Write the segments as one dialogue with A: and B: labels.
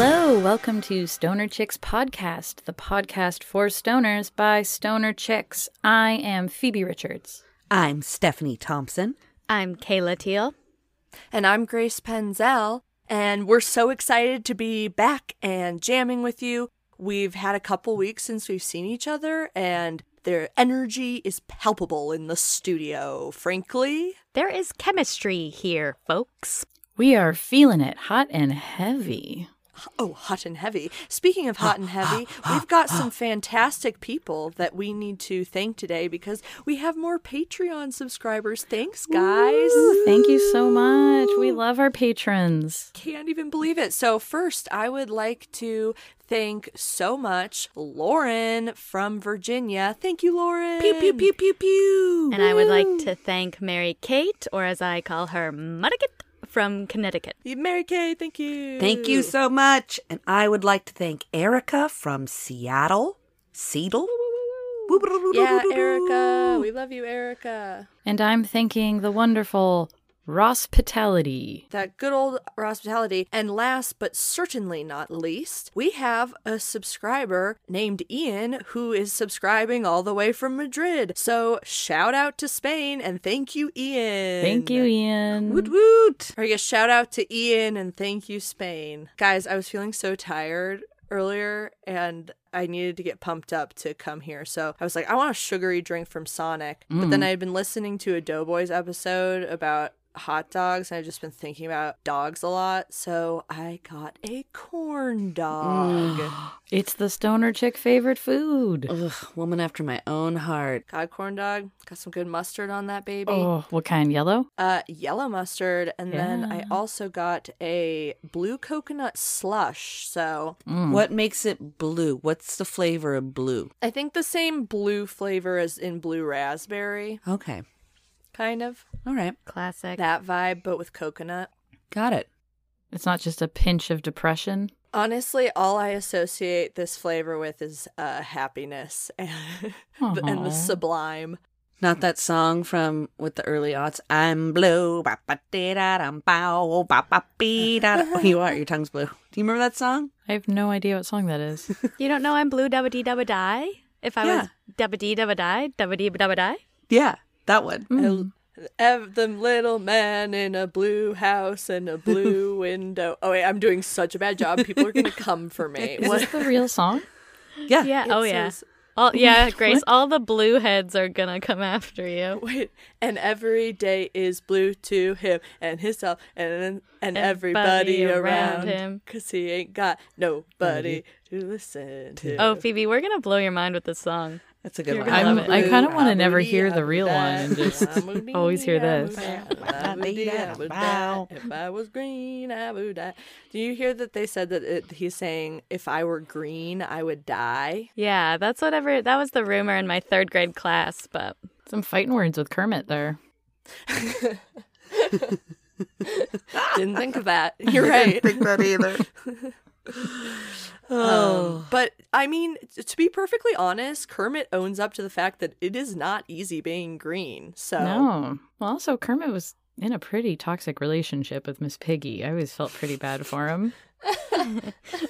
A: Welcome to Stoner Chicks Podcast, the podcast for stoners by Stoner Chicks. I am Phoebe Richards.
B: I'm Stephanie Thompson.
C: I'm Kayla Teal.
D: And I'm Grace Penzel. And we're so excited to be back and jamming with you. We've had a couple weeks since we've seen each other, and their energy is palpable in the studio, frankly.
C: There is chemistry here, folks.
A: We are feeling it hot and heavy.
D: Oh, hot and heavy. Speaking of hot and heavy, we've got some fantastic people that we need to thank today because we have more Patreon subscribers. Thanks, guys.
A: Thank you so much. We love our patrons.
D: Can't even believe it. So, first, I would like to thank so much Lauren from Virginia. Thank you, Lauren. Pew, pew, pew, pew, pew.
C: And I would like to thank Mary Kate, or as I call her, Muddicket from Connecticut.
D: Mary Kay, thank you.
B: Thank you so much. And I would like to thank Erica from Seattle. Seattle?
D: Yeah, Erica. We love you, Erica.
A: And I'm thanking the wonderful Ross Pitality.
D: That good old hospitality. And last but certainly not least, we have a subscriber named Ian who is subscribing all the way from Madrid. So shout out to Spain and thank you, Ian.
A: Thank you, Ian.
B: Woot woot.
D: Or yeah, shout out to Ian and thank you, Spain. Guys, I was feeling so tired earlier and I needed to get pumped up to come here. So I was like, I want a sugary drink from Sonic. But then I had been listening to a Doughboys episode about hot dogs and I've just been thinking about dogs a lot. So I got a corn dog.
A: It's the stoner chick favorite food.
B: Ugh, woman after my own heart.
D: got a corn dog, got some good mustard on that baby.
A: Oh, what kind? Yellow?
D: uh, yellow mustard, and then I also got a blue coconut slush. So
A: Mm.
B: What makes it blue? What's the flavor of blue?
D: I think the same blue flavor as in blue raspberry,
B: Okay.
D: kind of
B: All right.
C: Classic.
D: that vibe, but with coconut.
B: Got it.
A: It's not just a pinch of depression.
D: Honestly, all I associate this flavor with is uh, happiness and, the- and
A: Aw.
D: the sublime.
B: Not that song from with the early aughts. I'm blue. ba ba dee da dum bow, ba ba bee da da. Oh, you are. Your tongue's blue. Do you remember that song?
A: I have no idea what song that is.
C: You don't know I'm blue dubba dee dubba die? If I was dubba dee dubba die, dubba dee dubba die?
B: Yeah, that one.
D: Ev the little man in a blue house and a blue window. Oh wait, I'm doing such a bad job. People are gonna come for me.
A: Is this the real song?
B: Yeah.
C: Yeah,
D: It
C: oh yeah.
D: says-
C: All, yeah, Grace, all the blue heads are gonna come after you.
D: Wait, and every day is blue to him and himself and and, everybody,
C: Everybody
D: around
C: around
D: him
C: him.
D: because he ain't got nobody to listen to.
C: Oh, Phoebe, we're gonna blow your mind with this song.
B: That's a good
C: You're
B: one.
C: gonna
A: I'm,
C: love it.
A: I kind of want to
D: I'm
A: never
D: moody,
A: hear the
D: I'm
A: real one and
D: sad,
A: just
D: I'm moody,
A: always hear
D: I'm
A: this.
D: sad, I'm moody, I would die. If I was green, I would die. Do you hear that they said that it, he's saying, if I were green, I would die?
C: Yeah, that's whatever. That was the rumor in my third grade class, but
A: some fighting words with Kermit there.
D: Didn't think of that. You're right.
B: that either.
D: Um, but I mean, t- to be perfectly honest, Kermit owns up to the fact that it is not easy being green. So
A: No. Well, also Kermit was in a pretty toxic relationship with Miss Piggy. I always felt pretty bad for him.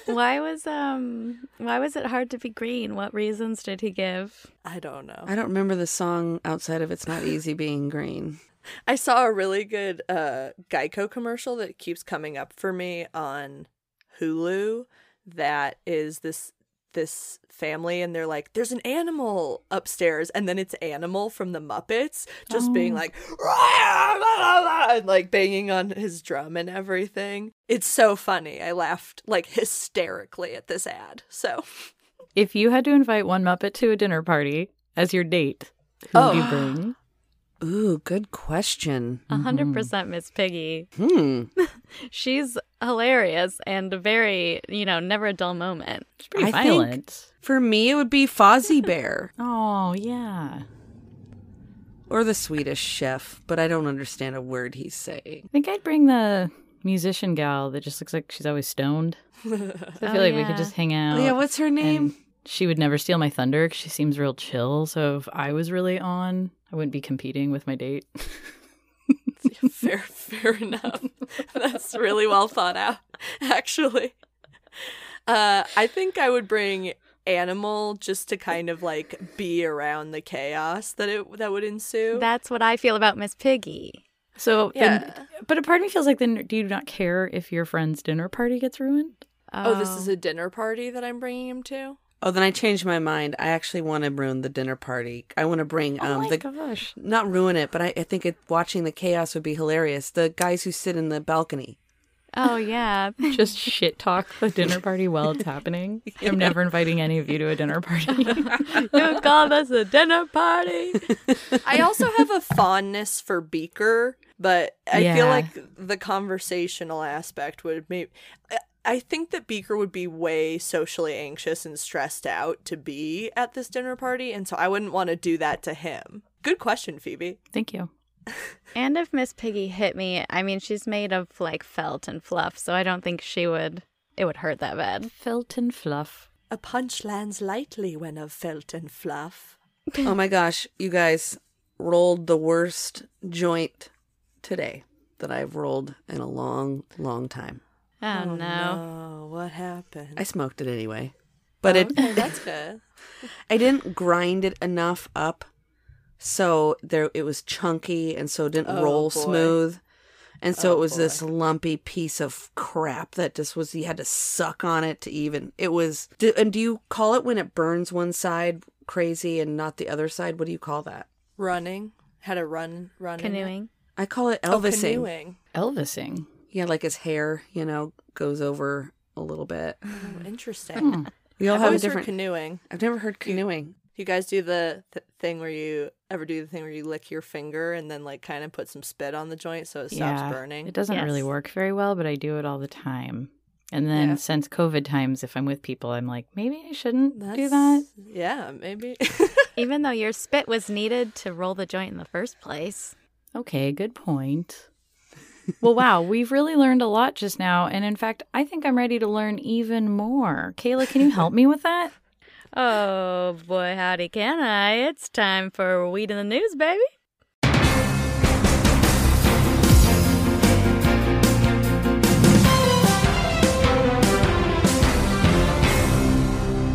C: why was um why was it hard to be green? What reasons did he give?
D: I don't know.
B: I don't remember the song outside of "It's Not Easy Being Green."
D: I saw a really good uh, Geico commercial that keeps coming up for me on Hulu. That is this this family, and they're like, "There's an animal upstairs," and then it's Animal from the Muppets, just being like, "Rah, la, la, la," and like banging on his drum and everything. It's so funny. I laughed like hysterically at this ad. So
A: If you had to invite one Muppet to a dinner party as your date, who would you bring?
B: Ooh, good question.
C: A hundred percent Miss Piggy.
B: Hmm.
C: She's hilarious and very, you know, never a dull moment.
A: It's pretty
B: I think-
A: violent.
B: For me, it would be Fozzie Bear
A: Oh yeah.
B: or the Swedish Chef, but I don't understand a word he's saying.
A: I think I'd bring the musician gal that just looks like she's always stoned. So I
C: Oh,
A: feel like we
C: yeah.
A: could just hang out.
B: yeah, what's her name?
A: and she would never steal my thunder 'cause she seems real chill. So if I was really on, I wouldn't be competing with my date.
D: fair, fair enough. That's really well thought out, actually. Uh, I think I would bring animal just to kind of like be around the chaos that it that would ensue.
C: That's what I feel about Miss Piggy.
A: So, then,
D: yeah.
A: but a part of me feels like then do you not care if your friend's dinner party gets ruined?
D: Oh, this is a dinner party that I'm bringing him to.
B: Oh, then I changed my mind. I actually want to ruin the dinner party. I want to bring um the
C: oh
A: gosh.
B: not ruin it, but I, I think it, watching the chaos would be hilarious. The guys who sit in the balcony.
C: Oh yeah.
A: Just shit talk the dinner party while it's happening. I'm never inviting any of you to a dinner party.
C: you called us a dinner party.
D: I also have a fondness for Beaker, but I
A: Yeah.
D: feel like the conversational aspect would maybe. I think that Beaker would be way socially anxious and stressed out to be at this dinner party, and so I wouldn't want to do that to him. Good question, Phoebe.
A: Thank you.
C: And if Miss Piggy hit me, I mean she's made of like felt and fluff, so I don't think she would it would hurt that bad.
A: Felt and fluff.
D: A punch lands lightly when of felt and fluff.
B: oh my gosh, you guys rolled the worst joint today that I've rolled in a long, long time.
C: Oh, no.
D: no! What happened?
B: I smoked it anyway, but it
D: Okay, that's good.
B: I didn't grind it enough up, so there it was chunky, and so it didn't
D: Oh,
B: roll
D: boy.
B: smooth, and so
D: Oh,
B: it was this
D: boy.
B: lumpy piece of crap that just was you had to suck on it to even. It was. Do, and do you call it when it burns one side crazy and not the other side? What do you call that?
D: Running had a run running
C: Canoeing.
B: I call it
D: Oh,
B: Elvising.
D: canoeing.
A: Elvising.
B: yeah, like his hair, you know, goes over a little bit.
D: Oh, interesting.
B: We all have
D: I've
B: a
D: always heard Oh,
B: different.
D: canoeing.
B: I've never heard canoeing.
D: You guys do the th- thing where you ever do the thing where you lick your finger and then like kind of put some spit on the joint so it stops burning.
A: It doesn't really
C: Yes.
A: work very well, but I do it all the time. And then
D: Yeah.
A: since COVID times, if I'm with people, I'm like, maybe I shouldn't do that.
D: Yeah, maybe.
C: Even though your spit was needed to roll the joint in the first place.
A: Okay, good point. well, wow, we've really learned a lot just now. And in fact, I think I'm ready to learn even more. Kayla, can you help me with that?
C: Oh boy, howdy can I? It's time for Weed in the News, baby.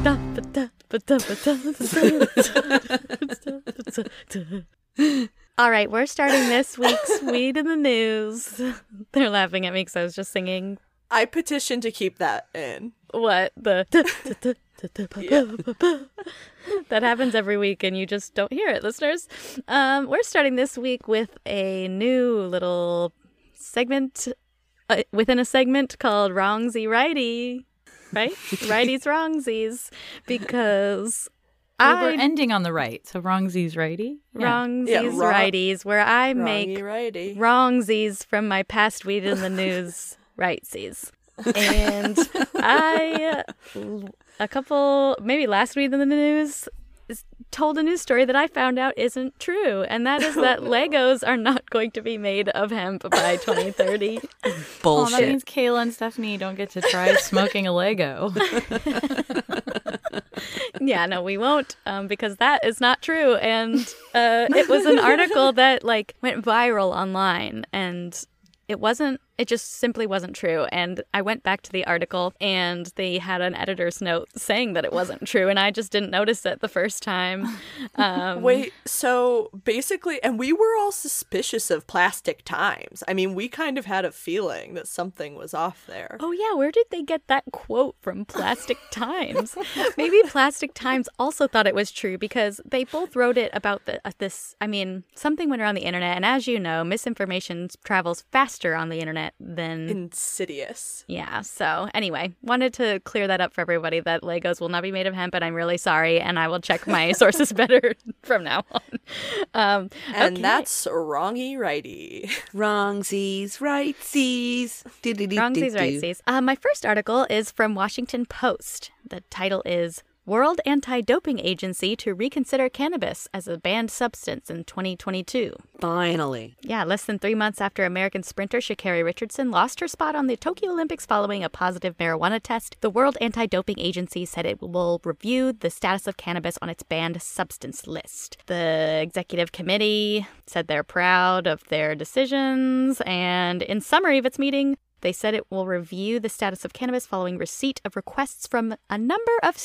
C: Da, da, da, ba, da, ba, da, da, da, da, da, da, da, da. All right, we're starting this week's Weed in the News. They're laughing at me because I was just singing
D: I petition to keep that in.
C: what the that happens every week and you just don't hear it listeners um, we're starting this week with a new little segment uh, within a segment called wrongsy righty right righties wrongsies because
A: Well, we're
C: I
A: ending on the right. So wrongsies righty. Yeah.
C: wrongsies
D: Yeah, wrong-
C: righties where I make
D: Wrongy righty.
C: wrongsies from my past weed in the news rightsies. And I, uh, a couple, maybe last weed in the news, s- told a news story that I found out isn't true. And that is that Legos are not going to be made of hemp by 2030.
A: Oh, that
B: Bullshit.
A: means Kayla and Stephanie don't get to try smoking a Lego.
C: yeah, no, we won't, um, because that is not true. And uh, it was an article that like went viral online, and it wasn't. It just simply wasn't true. And I went back to the article, and they had an editor's note saying that it wasn't true, and I just didn't notice it the first time. Um,
D: Wait, so basically, and we were all suspicious of plastic times. I mean, we kind of had a feeling that something was off there.
C: Oh, yeah, where did they get that quote from Plastic Times? Maybe Plastic Times also thought it was true because they both wrote it about the, uh, this. I mean, something went around the internet, and as you know, misinformation travels faster on the internet than.
D: Insidious.
C: yeah, so anyway, wanted to clear that up for everybody that Legos will not be made of hemp, and I'm really sorry, and I will check my sources better from now on. Um,
D: And
C: okay.
D: that's wrongy righty.
B: Wrongsies, rightsies.
C: Wrongsies, rightsies. Uh, my first article is from Washington Post. The title is World Anti-Doping Agency to Reconsider Cannabis as a Banned Substance in 2022.
B: Finally.
C: Yeah, less than three months after American sprinter Shakari Richardson lost her spot on the Tokyo Olympics following a positive marijuana test, the World Anti Doping Agency said it will review the status of cannabis on its banned substance list. The executive committee said they're proud of their decisions, and in summary of its meeting, They said it will review the status of cannabis following receipt of requests from a number of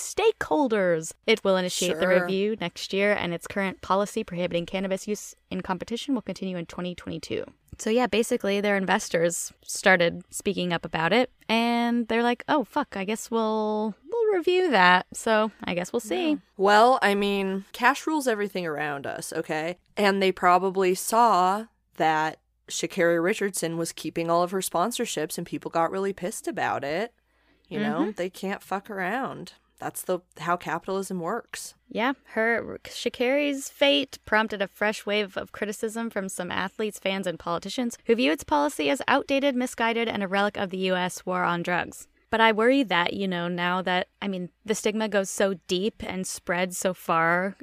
C: stakeholders. It will initiate the
D: Sure.
C: review next year, and its current policy prohibiting cannabis use in competition will continue in 2022. So, yeah, basically, their investors started speaking up about it, and they're like, oh, fuck, I guess we'll. We'll review that. So I guess we'll see.
D: Well, I mean, cash rules everything around us, okay? And they probably saw that Shakira Richardson was keeping all of her sponsorships and people got really pissed about it. You know, they can't fuck around. That's the how capitalism works.
C: Yeah, her Shakiri's fate prompted a fresh wave of criticism from some athletes, fans, and politicians who view its policy as outdated, misguided, and a relic of the U.S. war on drugs. But I worry that, you know, now that, I mean, the stigma goes so deep and spreads so far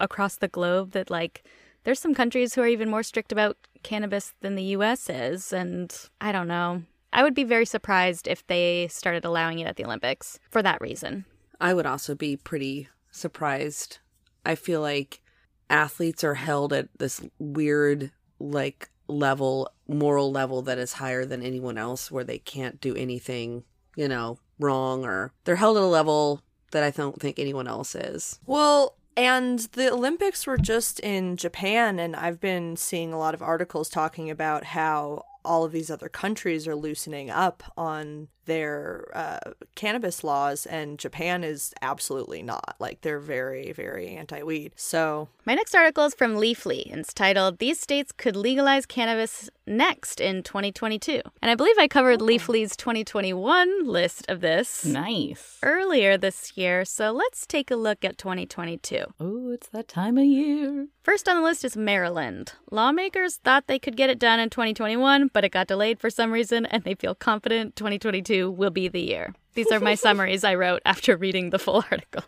C: across the globe that, like, there's some countries who are even more strict about cannabis than the U.S. is. And I don't know. I would be very surprised if they started allowing it at the Olympics for that reason.
B: I would also be pretty surprised. I feel like athletes are held at this weird like level, moral level that is higher than anyone else where they can't do anything, you know, wrong or they're held at a level that I don't think anyone else is.
D: Well, and the Olympics were just in Japan, and I've been seeing a lot of articles talking about how all of these other countries are loosening up on their uh, cannabis laws, and Japan is absolutely not. Like, they're very, very anti weed. So,
C: My next article is from Leafly. and It's titled These States Could Legalize Cannabis Next in 2022. And I believe I covered Leafly's 2021 list of this
A: Nice.
C: earlier this year. So let's take a look at 2022.
A: Oh, it's that time of year.
C: First on the list is Maryland. Lawmakers thought they could get it done in 2021, but it got delayed for some reason, and they feel confident 2022 will be the year. These are my summaries I wrote after reading the full article.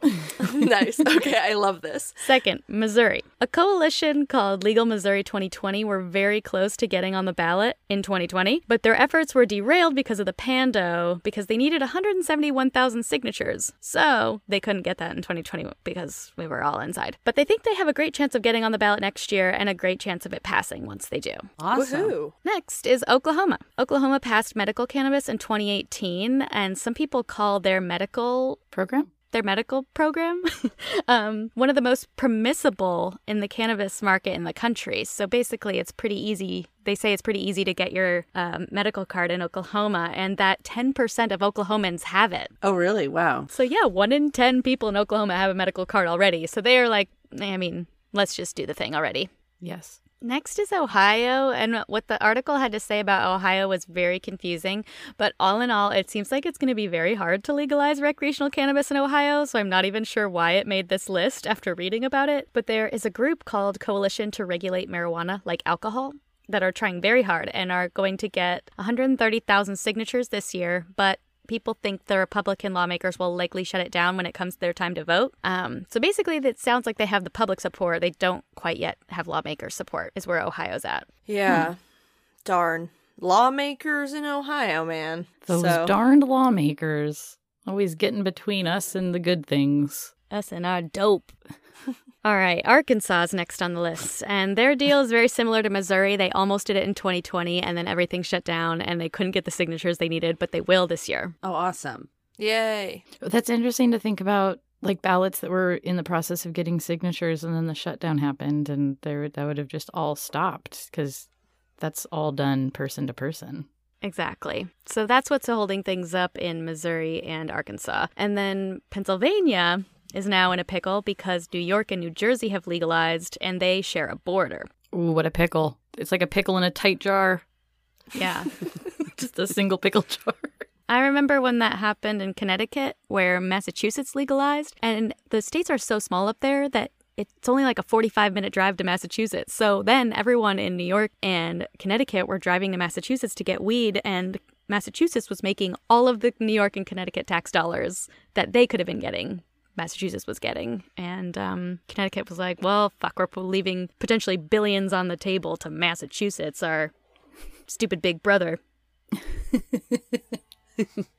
D: nice. Okay, I love this.
C: Second, Missouri. A coalition called Legal Missouri 2020 were very close to getting on the ballot in 2020, but their efforts were derailed because of the Pando because they needed 171,000 signatures. So they couldn't get that in 2020 because we were all inside. But they think they have a great chance of getting on the ballot next year and a great chance of it passing once they do.
D: Woohoo.
C: Next is Oklahoma. Oklahoma passed medical cannabis in 2018, and some people call their medical
A: Program?
C: their medical program um, one of the most permissible in the cannabis market in the country so basically it's pretty easy they say it's pretty easy to get your um, medical card in oklahoma and that 10% of oklahomans have it
B: Oh really? Wow.
C: so yeah one in 10 people in oklahoma have a medical card already so they are like i mean let's just do the thing already
A: Yes.
C: Next is Ohio, and what the article had to say about Ohio was very confusing. But all in all, it seems like it's going to be very hard to legalize recreational cannabis in Ohio, so I'm not even sure why it made this list after reading about it. But there is a group called Coalition to Regulate Marijuana Like Alcohol that are trying very hard and are going to get 130,000 signatures this year, but people think the Republican lawmakers will likely shut it down when it comes to their time to vote. Um, so basically, it sounds like they have the public support. They don't quite yet have lawmaker support, is where Ohio's at.
D: Yeah. Darn. Lawmakers in Ohio, man.
A: Those
D: so,
A: darned lawmakers always getting between us and the good things.
C: Us and our dope. All right, Arkansas's next on the list. And their deal is very similar to Missouri. They almost did it in 2020, and then everything shut down, and they couldn't get the signatures they needed, but they will this year.
B: Oh awesome.
D: yay.
A: That's interesting to think about, like ballots that were in the process of getting signatures, and then the shutdown happened, and there that would have just all stopped because that's all done person to person.
C: Exactly. So that's what's holding things up in Missouri and Arkansas. And then Pennsylvania is now in a pickle because New York and New Jersey have legalized and they share a border.
A: Ooh, what a pickle! It's like a pickle in a tight jar,
C: Yeah.
A: just a single pickle jar.
C: I remember when that happened in Connecticut where Massachusetts legalized and the states are so small up there that it's only like a 45 minute drive to Massachusetts. So then everyone in New York and Connecticut were driving to Massachusetts to get weed and Massachusetts was making all of the New York and Connecticut tax dollars that they could have been getting. Massachusetts was getting. And um, Connecticut was like, well, fuck, we're leaving potentially billions on the table to Massachusetts, our stupid big brother. And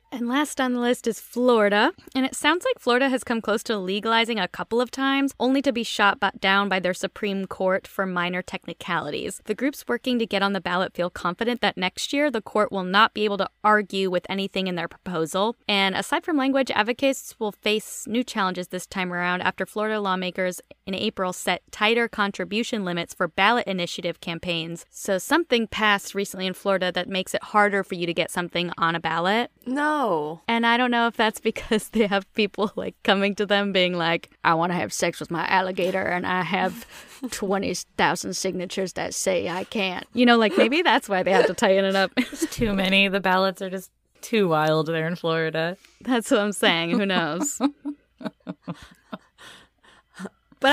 C: And last on the list is Florida. And it sounds like Florida has come close to legalizing a couple of times, only to be shot bu- down by their Supreme Court for minor technicalities. The groups working to get on the ballot feel confident that next year the court will not be able to argue with anything in their proposal. And aside from language, advocates will face new challenges this time around after Florida lawmakers in April set tighter contribution limits for ballot initiative campaigns. So something passed recently in Florida that makes it harder for you to get something on a ballot.
D: No.
C: And I don't know if that's because they have people like coming to them being like, I want to have sex with my alligator and I have 20,000 signatures that say I can't. You know, like maybe that's why they have to tighten it up.
A: It's too many. The ballots are just too wild there in Florida.
C: that's what I'm saying. Who knows? but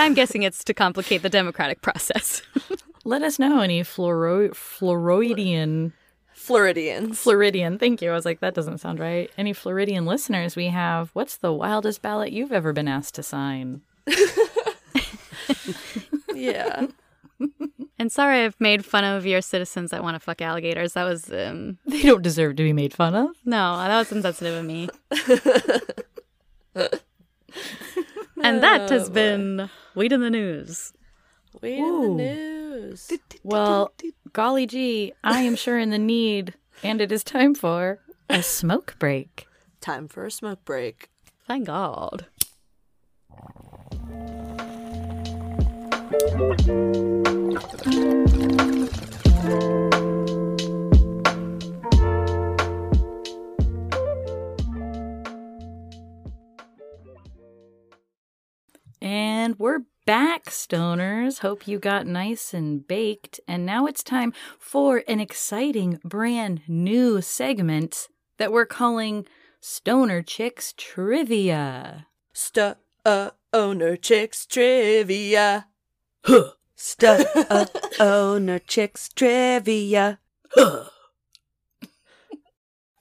C: I'm guessing it's to complicate the democratic process.
A: Let us know any Floro- Floridian
D: Floridians.
A: Floridian. Thank you. I was like, that doesn't sound right. Any Floridian listeners we have, what's the wildest ballot you've ever been asked to sign?
D: yeah.
C: and sorry I've made fun of your citizens that want to fuck alligators. That was, um,
A: They don't deserve to be made fun of.
C: no, that was insensitive of me. and that has been Weed in the News.
D: Wait
A: Ooh.
D: in the news.
A: Well, golly gee, I am sure in the need, and it is time for a smoke break.
D: Time for a smoke break.
C: Thank God.
A: And we're back, stoners. Hope you got nice and baked. And now it's time for an exciting, brand new segment that we're calling Stoner Chicks Trivia.
D: Stu uh owner chicks trivia.
B: Stuff uh, owner chicks trivia.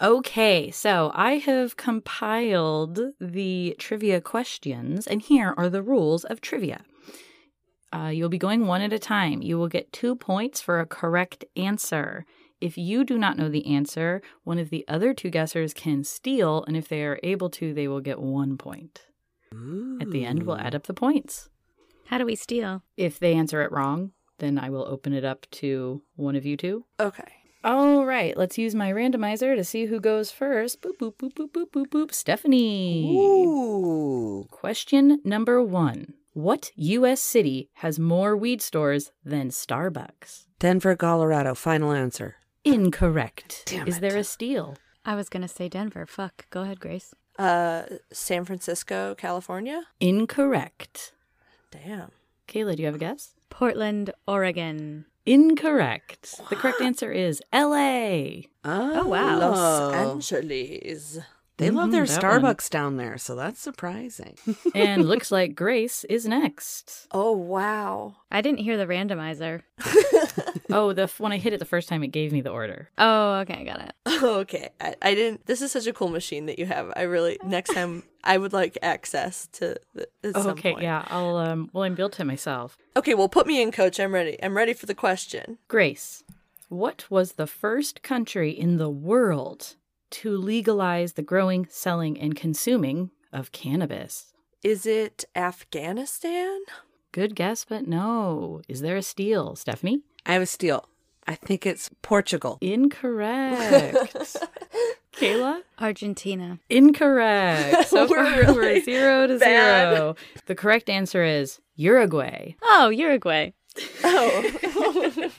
A: Okay, so I have compiled the trivia questions, and here are the rules of trivia. Uh, you'll be going one at a time. You will get two points for a correct answer. If you do not know the answer, one of the other two guessers can steal, and if they are able to, they will get one point. At the end, we'll add up the points.
C: How do we steal?
A: If they answer it wrong, then I will open it up to one of you two.
D: Okay.
A: All Oh, right, let's use my randomizer to see who goes first. Boop, boop, boop, boop, boop, boop, boop. Stephanie.
B: Ooh.
A: Question number one What U.S. city has more weed stores than Starbucks?
B: Denver, Colorado. Final answer.
A: Incorrect.
B: Damn
A: Is
B: it.
A: there a steal?
C: I was going to say Denver. Fuck. Go ahead, Grace.
D: Uh San Francisco, California?
A: Incorrect.
D: Damn.
A: Kayla, do you have a guess?
C: Portland, Oregon.
A: Incorrect. The correct answer is L.A.
B: Oh,
C: wow.
D: Los Angeles.
B: They love their
A: Mhm, that one.
B: Starbucks down there, so that's surprising.
A: and looks like Grace is next.
D: Oh wow.
C: I didn't hear the randomizer.
A: Oh, the when I hit it the first time, it gave me the order.
C: Oh, okay. I got it.
D: Okay. I, I didn't this is such a cool machine that you have. I really next time I would like access to the, at some
A: okay,
D: point.
A: yeah. I'll um. Well, I built it myself.
D: Okay, well put me in coach. I'm ready. I'm ready for the question.
A: Grace, what was the first country in the world to legalize the growing, selling, and consuming of cannabis?
D: Is it Afghanistan?
A: Good guess, but no. Is there a steal, Stephanie?
B: I have a steal. I think it's Portugal.
A: Incorrect. Kayla?
C: Argentina.
A: Incorrect. So
D: We're
A: far,
D: really
A: we're zero to
D: bad.
A: zero. The correct answer is Uruguay.
C: Oh, Uruguay.
D: Oh.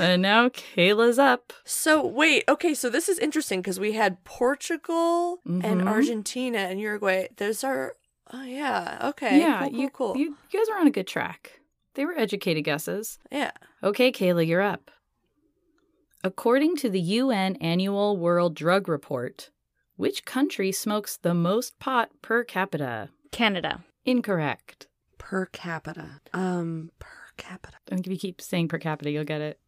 A: And now Kayla's up.
D: so wait, okay, so this is interesting because we had Portugal and
A: Mhm.
D: Argentina and Uruguay. Those are oh yeah, okay.
A: yeah,
D: cool, cool,
A: you,
D: cool.
A: you you guys are on a good track. They were educated guesses.
D: yeah.
A: Okay, Kayla, you're up. According to the UN Annual World Drug Report, which country smokes the most pot per capita?
C: Canada.
A: Incorrect.
B: Per capita. Um, per capita.
A: I think if you keep saying per capita, you'll get it.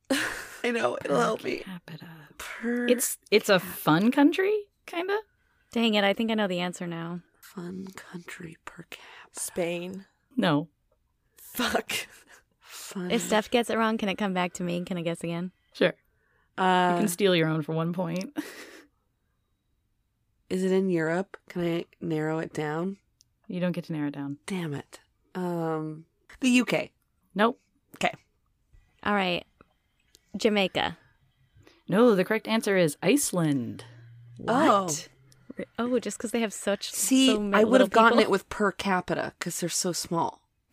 D: I know, it'll
A: Per
D: help me.
A: Capita.
B: Per.
A: It's it's a fun country, kinda.
C: Dang it. I think I know the answer now.
B: fun country per capita.
D: Spain.
A: No.
D: Fuck.
B: Fun.
C: If Steph gets it wrong, can it come back to me? Can I guess again?
D: Um,
A: Sure. You
B: Uh,
A: can steal your own for one point.
B: Is it in Europe? Can I narrow it down?
A: You don't get to narrow it down.
B: Damn it. Um, the UK.
A: Nope.
C: All right. Jamaica.
A: No, the correct answer is Iceland.
B: Oh.
C: Oh, just because they have such
B: See,
C: so ma-
B: I would
C: little
B: have gotten it
C: people.
B: with per capita because they're so small.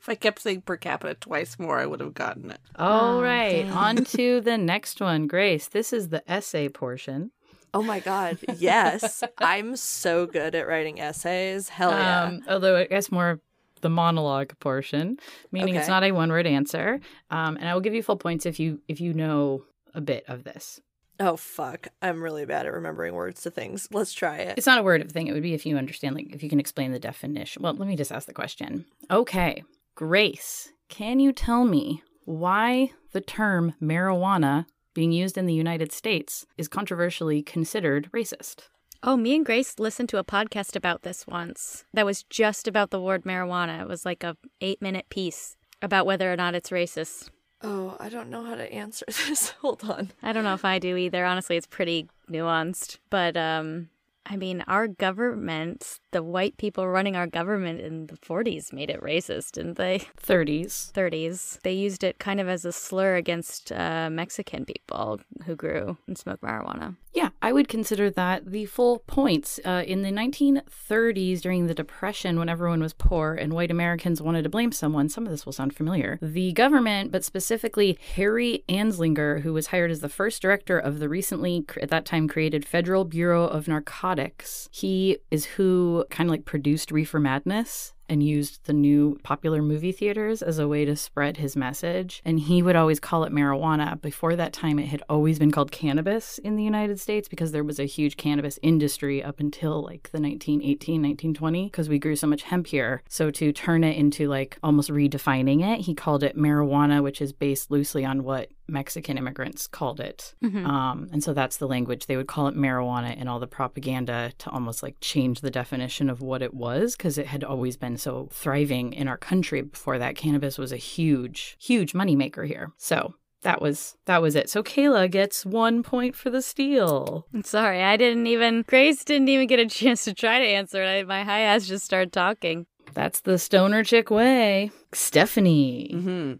B: if I kept saying per capita twice more, I would have gotten it.
A: All
C: Oh,
A: right,
C: dang.
A: on to the next one, Grace. This is the essay portion.
D: Oh my god. Yes. I'm so good at writing essays. Hell Oh, yeah.
A: Um, although I guess more of the monologue portion, meaning it's
D: Okay.
A: not a one-word answer. Um, and I will give you full points if you if you know a bit of this.
D: oh fuck. I'm really bad at remembering words to things. Let's try it.
A: It's not a word of thing. It would be if you understand, like if you can explain the definition. Well, let me just ask the question. Okay, Grace, can you tell me why the term marijuana being used in the United States is controversially considered racist?
C: Oh, me and Grace listened to a podcast about this once that was just about the word marijuana. It was like a eight minute piece about whether or not it's racist.
D: Oh, I don't know how to answer this. Hold on.
C: I don't know if I do either. Honestly, it's pretty nuanced. But um I mean, our government, the white people running our government in the 40s made it racist, didn't they?
A: 30s.
C: 30s. They used it kind of as a slur against uh, Mexican people who grew and smoked marijuana.
A: Yeah, I would consider that the full points. Uh, in the 1930s, during the Depression, when everyone was poor and white Americans wanted to blame someone, some of this will sound familiar. The government, but specifically Harry Anslinger, who was hired as the first director of the recently, cr- at that time, created Federal Bureau of Narcotics, he is who kind of like produced Reefer Madness and used the new popular movie theaters as a way to spread his message. And he would always call it marijuana. Before that time, it had always been called cannabis in the United States because there was a huge cannabis industry up until like the 1918, 1920, because we grew so much hemp here. So to turn it into like almost redefining it, he called it marijuana, which is based loosely on what Mexican immigrants called it.
C: Mhm.
A: Um, and so that's the language. They would call it marijuana in all the propaganda to almost like change the definition of what it was because it had always been so thriving in our country before that. Cannabis was a huge, huge moneymaker here. So that was that was it. So Kayla gets one point for the steal.
C: I'm sorry, I didn't even, Grace didn't even get a chance to try to answer it. I, my high ass just started talking.
A: That's the stoner chick way. Stephanie.
B: Mm-hmm.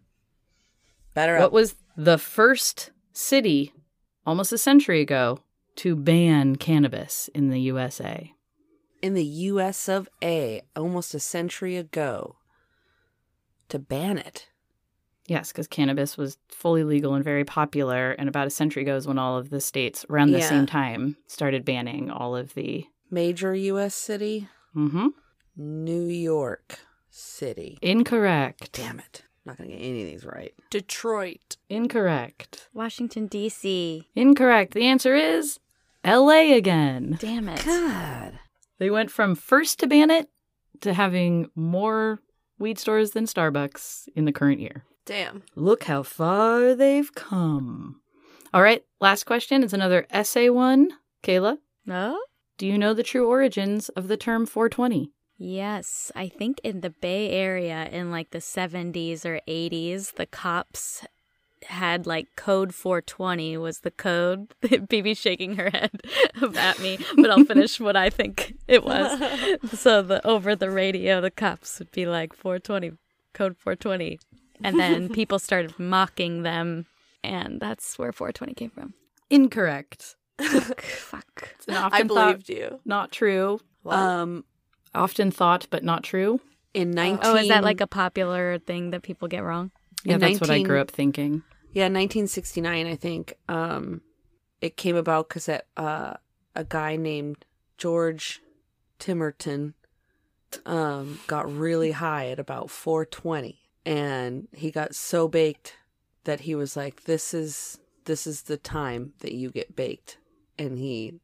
B: Better
A: What was the first city almost a century ago to ban cannabis in the USA?
B: in the U.S. of A. almost a century ago to ban it.
A: Yes, because cannabis was fully legal and very popular. And about a century ago is when all of the states around the
B: Yeah.
A: same time started banning all of the.
B: Major U.S. city,
A: hmm
B: New York City.
A: Incorrect.
B: Damn it! not gonna get any of these right.
D: Detroit.
A: Incorrect.
C: Washington, D.C.
A: Incorrect. The answer is LA again.
C: Damn it.
B: God.
A: They went from first to ban it to having more weed stores than Starbucks in the current year.
D: Damn.
A: Look how far they've come. All right, last question. It's another essay one. Kayla,
C: No?
A: do you know the true origins of the term 420?
C: Yes, I think in the Bay Area in like the 70s or 80s, the cops had like code 420 was the code. BB shaking her head at me, but I'll finish what I think it was. So the over the radio, the cops would be like 420, code 420, and then people started mocking them, and that's where 420 came from.
A: Incorrect.
C: Fuck.
A: It's an often
D: I believed
A: thought,
D: you.
A: not true.
B: Um,
A: Often thought, but not true.
B: in nineteen.
C: Oh, is that like a popular thing that people get wrong?
A: Yeah,
B: In
A: that's what I
B: 19
A: grew up thinking.
B: Yeah, 1969, I think. Um, it came about because uh, a guy named George Timerton um, got really high at about 420, and he got so baked that he was like, "This is this is the time that you get baked," and he,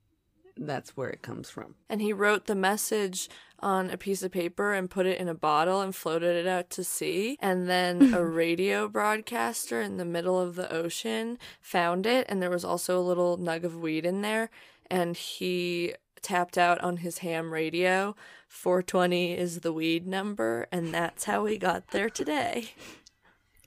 B: that's where it comes from.
D: And he wrote the message on a piece of paper and put it in a bottle and floated it out to sea. And then a radio broadcaster in the middle of the ocean found it, and there was also a little nug of weed in there. And he tapped out on his ham radio 420 is the weed number, and that's how we got there today.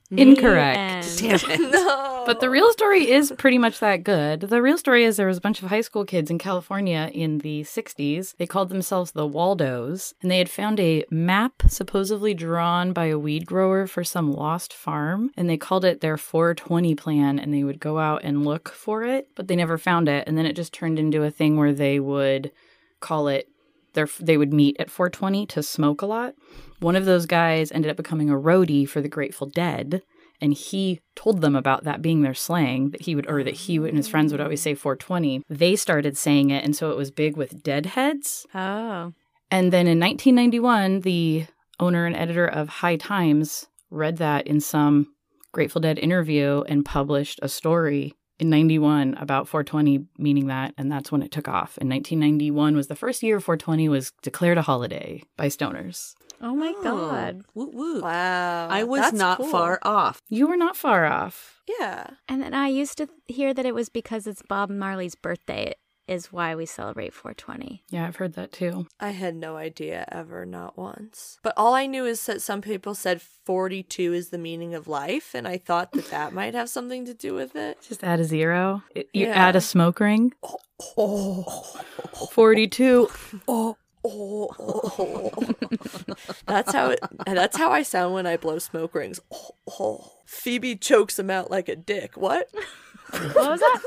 A: Incorrect.
C: And-
B: Damn it.
D: no.
A: But the real story is pretty much that good. The real story is there was a bunch of high school kids in California in the 60s. They called themselves the Waldos, and they had found a map supposedly drawn by a weed grower for some lost farm, and they called it their 420 plan, and they would go out and look for it, but they never found it. And then it just turned into a thing where they would call it their, they would meet at 420 to smoke a lot. One of those guys ended up becoming a roadie for the Grateful Dead and he told them about that being their slang that he would or that he and his friends would always say 420 they started saying it and so it was big with deadheads
C: Oh.
A: and then in 1991 the owner and editor of high times read that in some grateful dead interview and published a story in 91 about 420 meaning that and that's when it took off and 1991 was the first year 420 was declared a holiday by stoners
C: Oh my god.
B: Woot woot.
D: Wow.
B: um, I was
D: that's
B: not
D: cool.
B: far off.
A: you were not far off
D: Yeah.
C: And then I used to hear that it was because it's Bob Marley's birthday is why we celebrate 420.
A: yeah i've heard that too
D: I had no idea ever, not once. But all I knew is that some people said 42 is the meaning of life, and I thought that that might have something to do with it.
A: Just add a zero. It- You
D: Yeah.
A: add a smoke ring. 42.
D: Oh, oh, oh. that's how it, that's how I sound when I blow smoke rings. Oh, oh. Phoebe chokes them out like a dick. What?
C: What was that?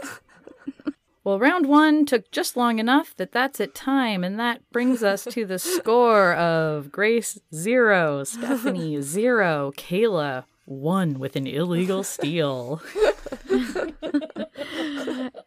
A: Well, round one took just long enough that that's at time. And that brings us to the score of Grace, zero, Stephanie, zero, Kayla, one with an illegal steal.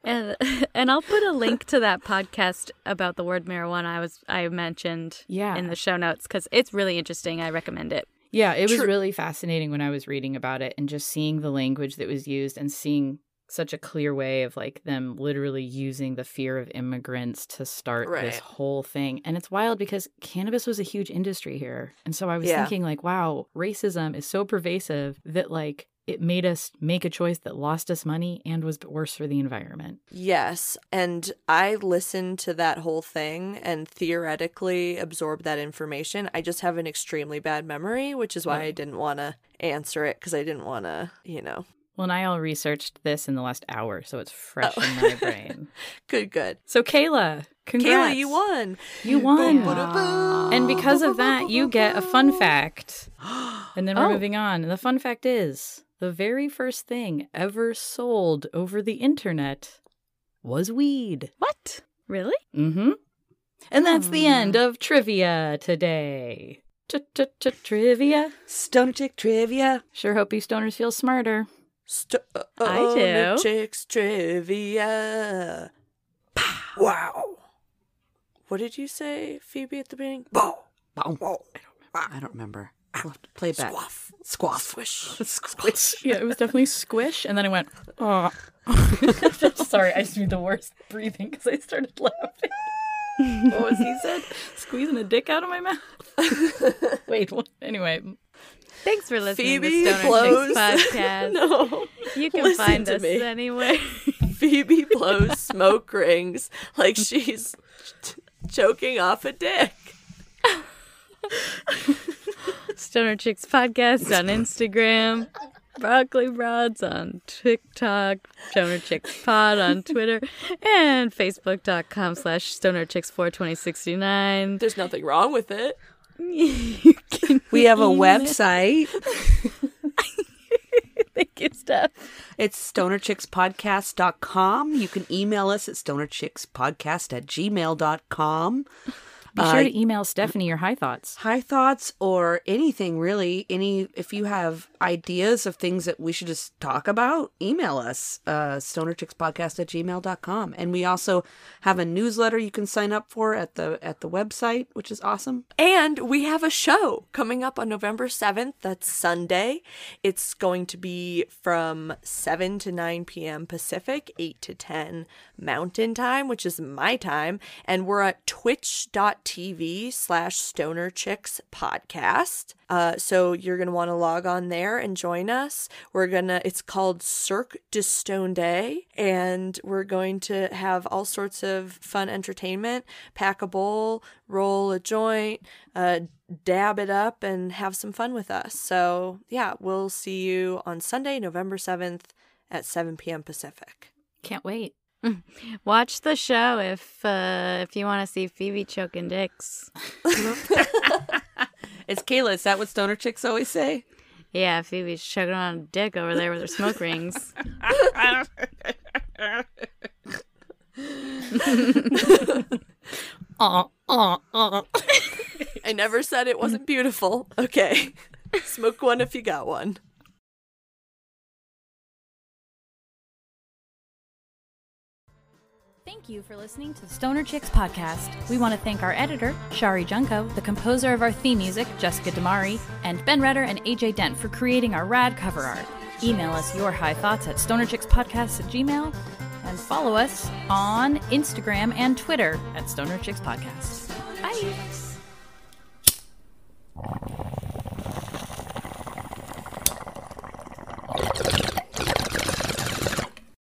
C: and and I'll put a link to that podcast about the word marijuana I was I mentioned
A: Yeah.
C: in the show notes cuz it's really interesting. I recommend it.
A: Yeah, it was
D: True.
A: really fascinating when I was reading about it and just seeing the language that was used and seeing such a clear way of like them literally using the fear of immigrants to start this
D: Right.
A: whole thing. And it's wild because cannabis was a huge industry here. And so I was
D: Yeah.
A: thinking like, wow, racism is so pervasive that like it made us make a choice that lost us money and was worse for the environment.
D: Yes. And I listened to that whole thing and theoretically absorbed that information. I just have an extremely bad memory, which is why I
A: Right.
D: didn't want to answer it because I didn't want to, you know.
A: Well, and I all researched this in the last hour, so
D: Oh.
A: it's fresh in my brain.
D: Good, good.
A: So Kayla, congrats.
D: Kayla, you won.
A: You won.
D: Ba-da-ba.
A: And because of that, you get a fun fact. And then we're
C: Oh.
A: moving on. And the fun fact is the very first thing ever sold over the internet was weed.
C: What? Hmm. Really?
A: Mm hmm. And that's the end of trivia today. Trivia.
B: Stumchick trivia.
A: Sure hope you stoners feel smarter.
D: St- Oh,
C: I do.
D: Chicks trivia. Pow. Wow. What did you say, Phoebe, at the beginning? Bow.
B: Boom.
D: Bow.
B: I don't remember. I'll have to play back.
D: Squaff.
B: Squaff.
D: Swish.
B: Squish.
A: Yeah, it was definitely squish. And then I went, oh. Sorry, I just did the worst breathing because I started laughing. what was he said? Squeezing a dick out of my mouth. Wait, what? anyway,
C: Thanks for listening
D: Phoebe
C: to Stoner
D: blows.
C: Chicks podcast.
D: no.
C: You can
D: Listen
C: find
D: to
C: us
D: me.
C: anywhere.
D: Phoebe blows smoke rings like she's ch- choking off a dick.
C: Stoner Chicks podcast on Instagram. Broccoli Broads on TikTok, Stoner Chicks Pod on Twitter, and Facebook.com slash Stoner Chicks 42069.
D: There's nothing wrong with it.
C: You can
B: We have a website.
C: think it's stuff.
B: It's stonerchickspodcast.com. You can email us at stonerchickspodcast at gmail.com.
A: be sure to email Stephanie your high thoughts.
B: High thoughts or anything really, any if you have ideas of things that we should just talk about, email us, uh, stonerchickspodcast at gmail.com. And we also have a newsletter you can sign up for at the at the website, which is awesome.
D: And we have a show coming up on November 7th. That's Sunday. It's going to be from 7 to 9 p.m. Pacific, 8 to 10 Mountain Time, which is my time. And we're at twitch.tv TV slash stoner chicks podcast. Uh, so you're going to want to log on there and join us. We're going to, it's called Cirque de Stone Day, and we're going to have all sorts of fun entertainment pack a bowl, roll a joint, uh, dab it up, and have some fun with us. So yeah, we'll see you on Sunday, November 7th at 7 p.m. Pacific.
A: Can't wait.
C: Watch the show if uh, if you want to see Phoebe choking dicks.
B: It's Kayla. Is that what stoner chicks always say?
C: Yeah, Phoebe's choking on a dick over there with her smoke rings.
A: Uh, uh, uh.
D: I never said it wasn't beautiful. Okay. Smoke one if you got one.
A: Thank you for listening to the Stoner Chicks podcast. We want to thank our editor, Shari Junko, the composer of our theme music, Jessica Damari, and Ben Redder and AJ Dent for creating our rad cover art. Email us your high thoughts at stonerchickspodcast at gmail and follow us on Instagram and Twitter at Stoner Chicks Podcast. Bye.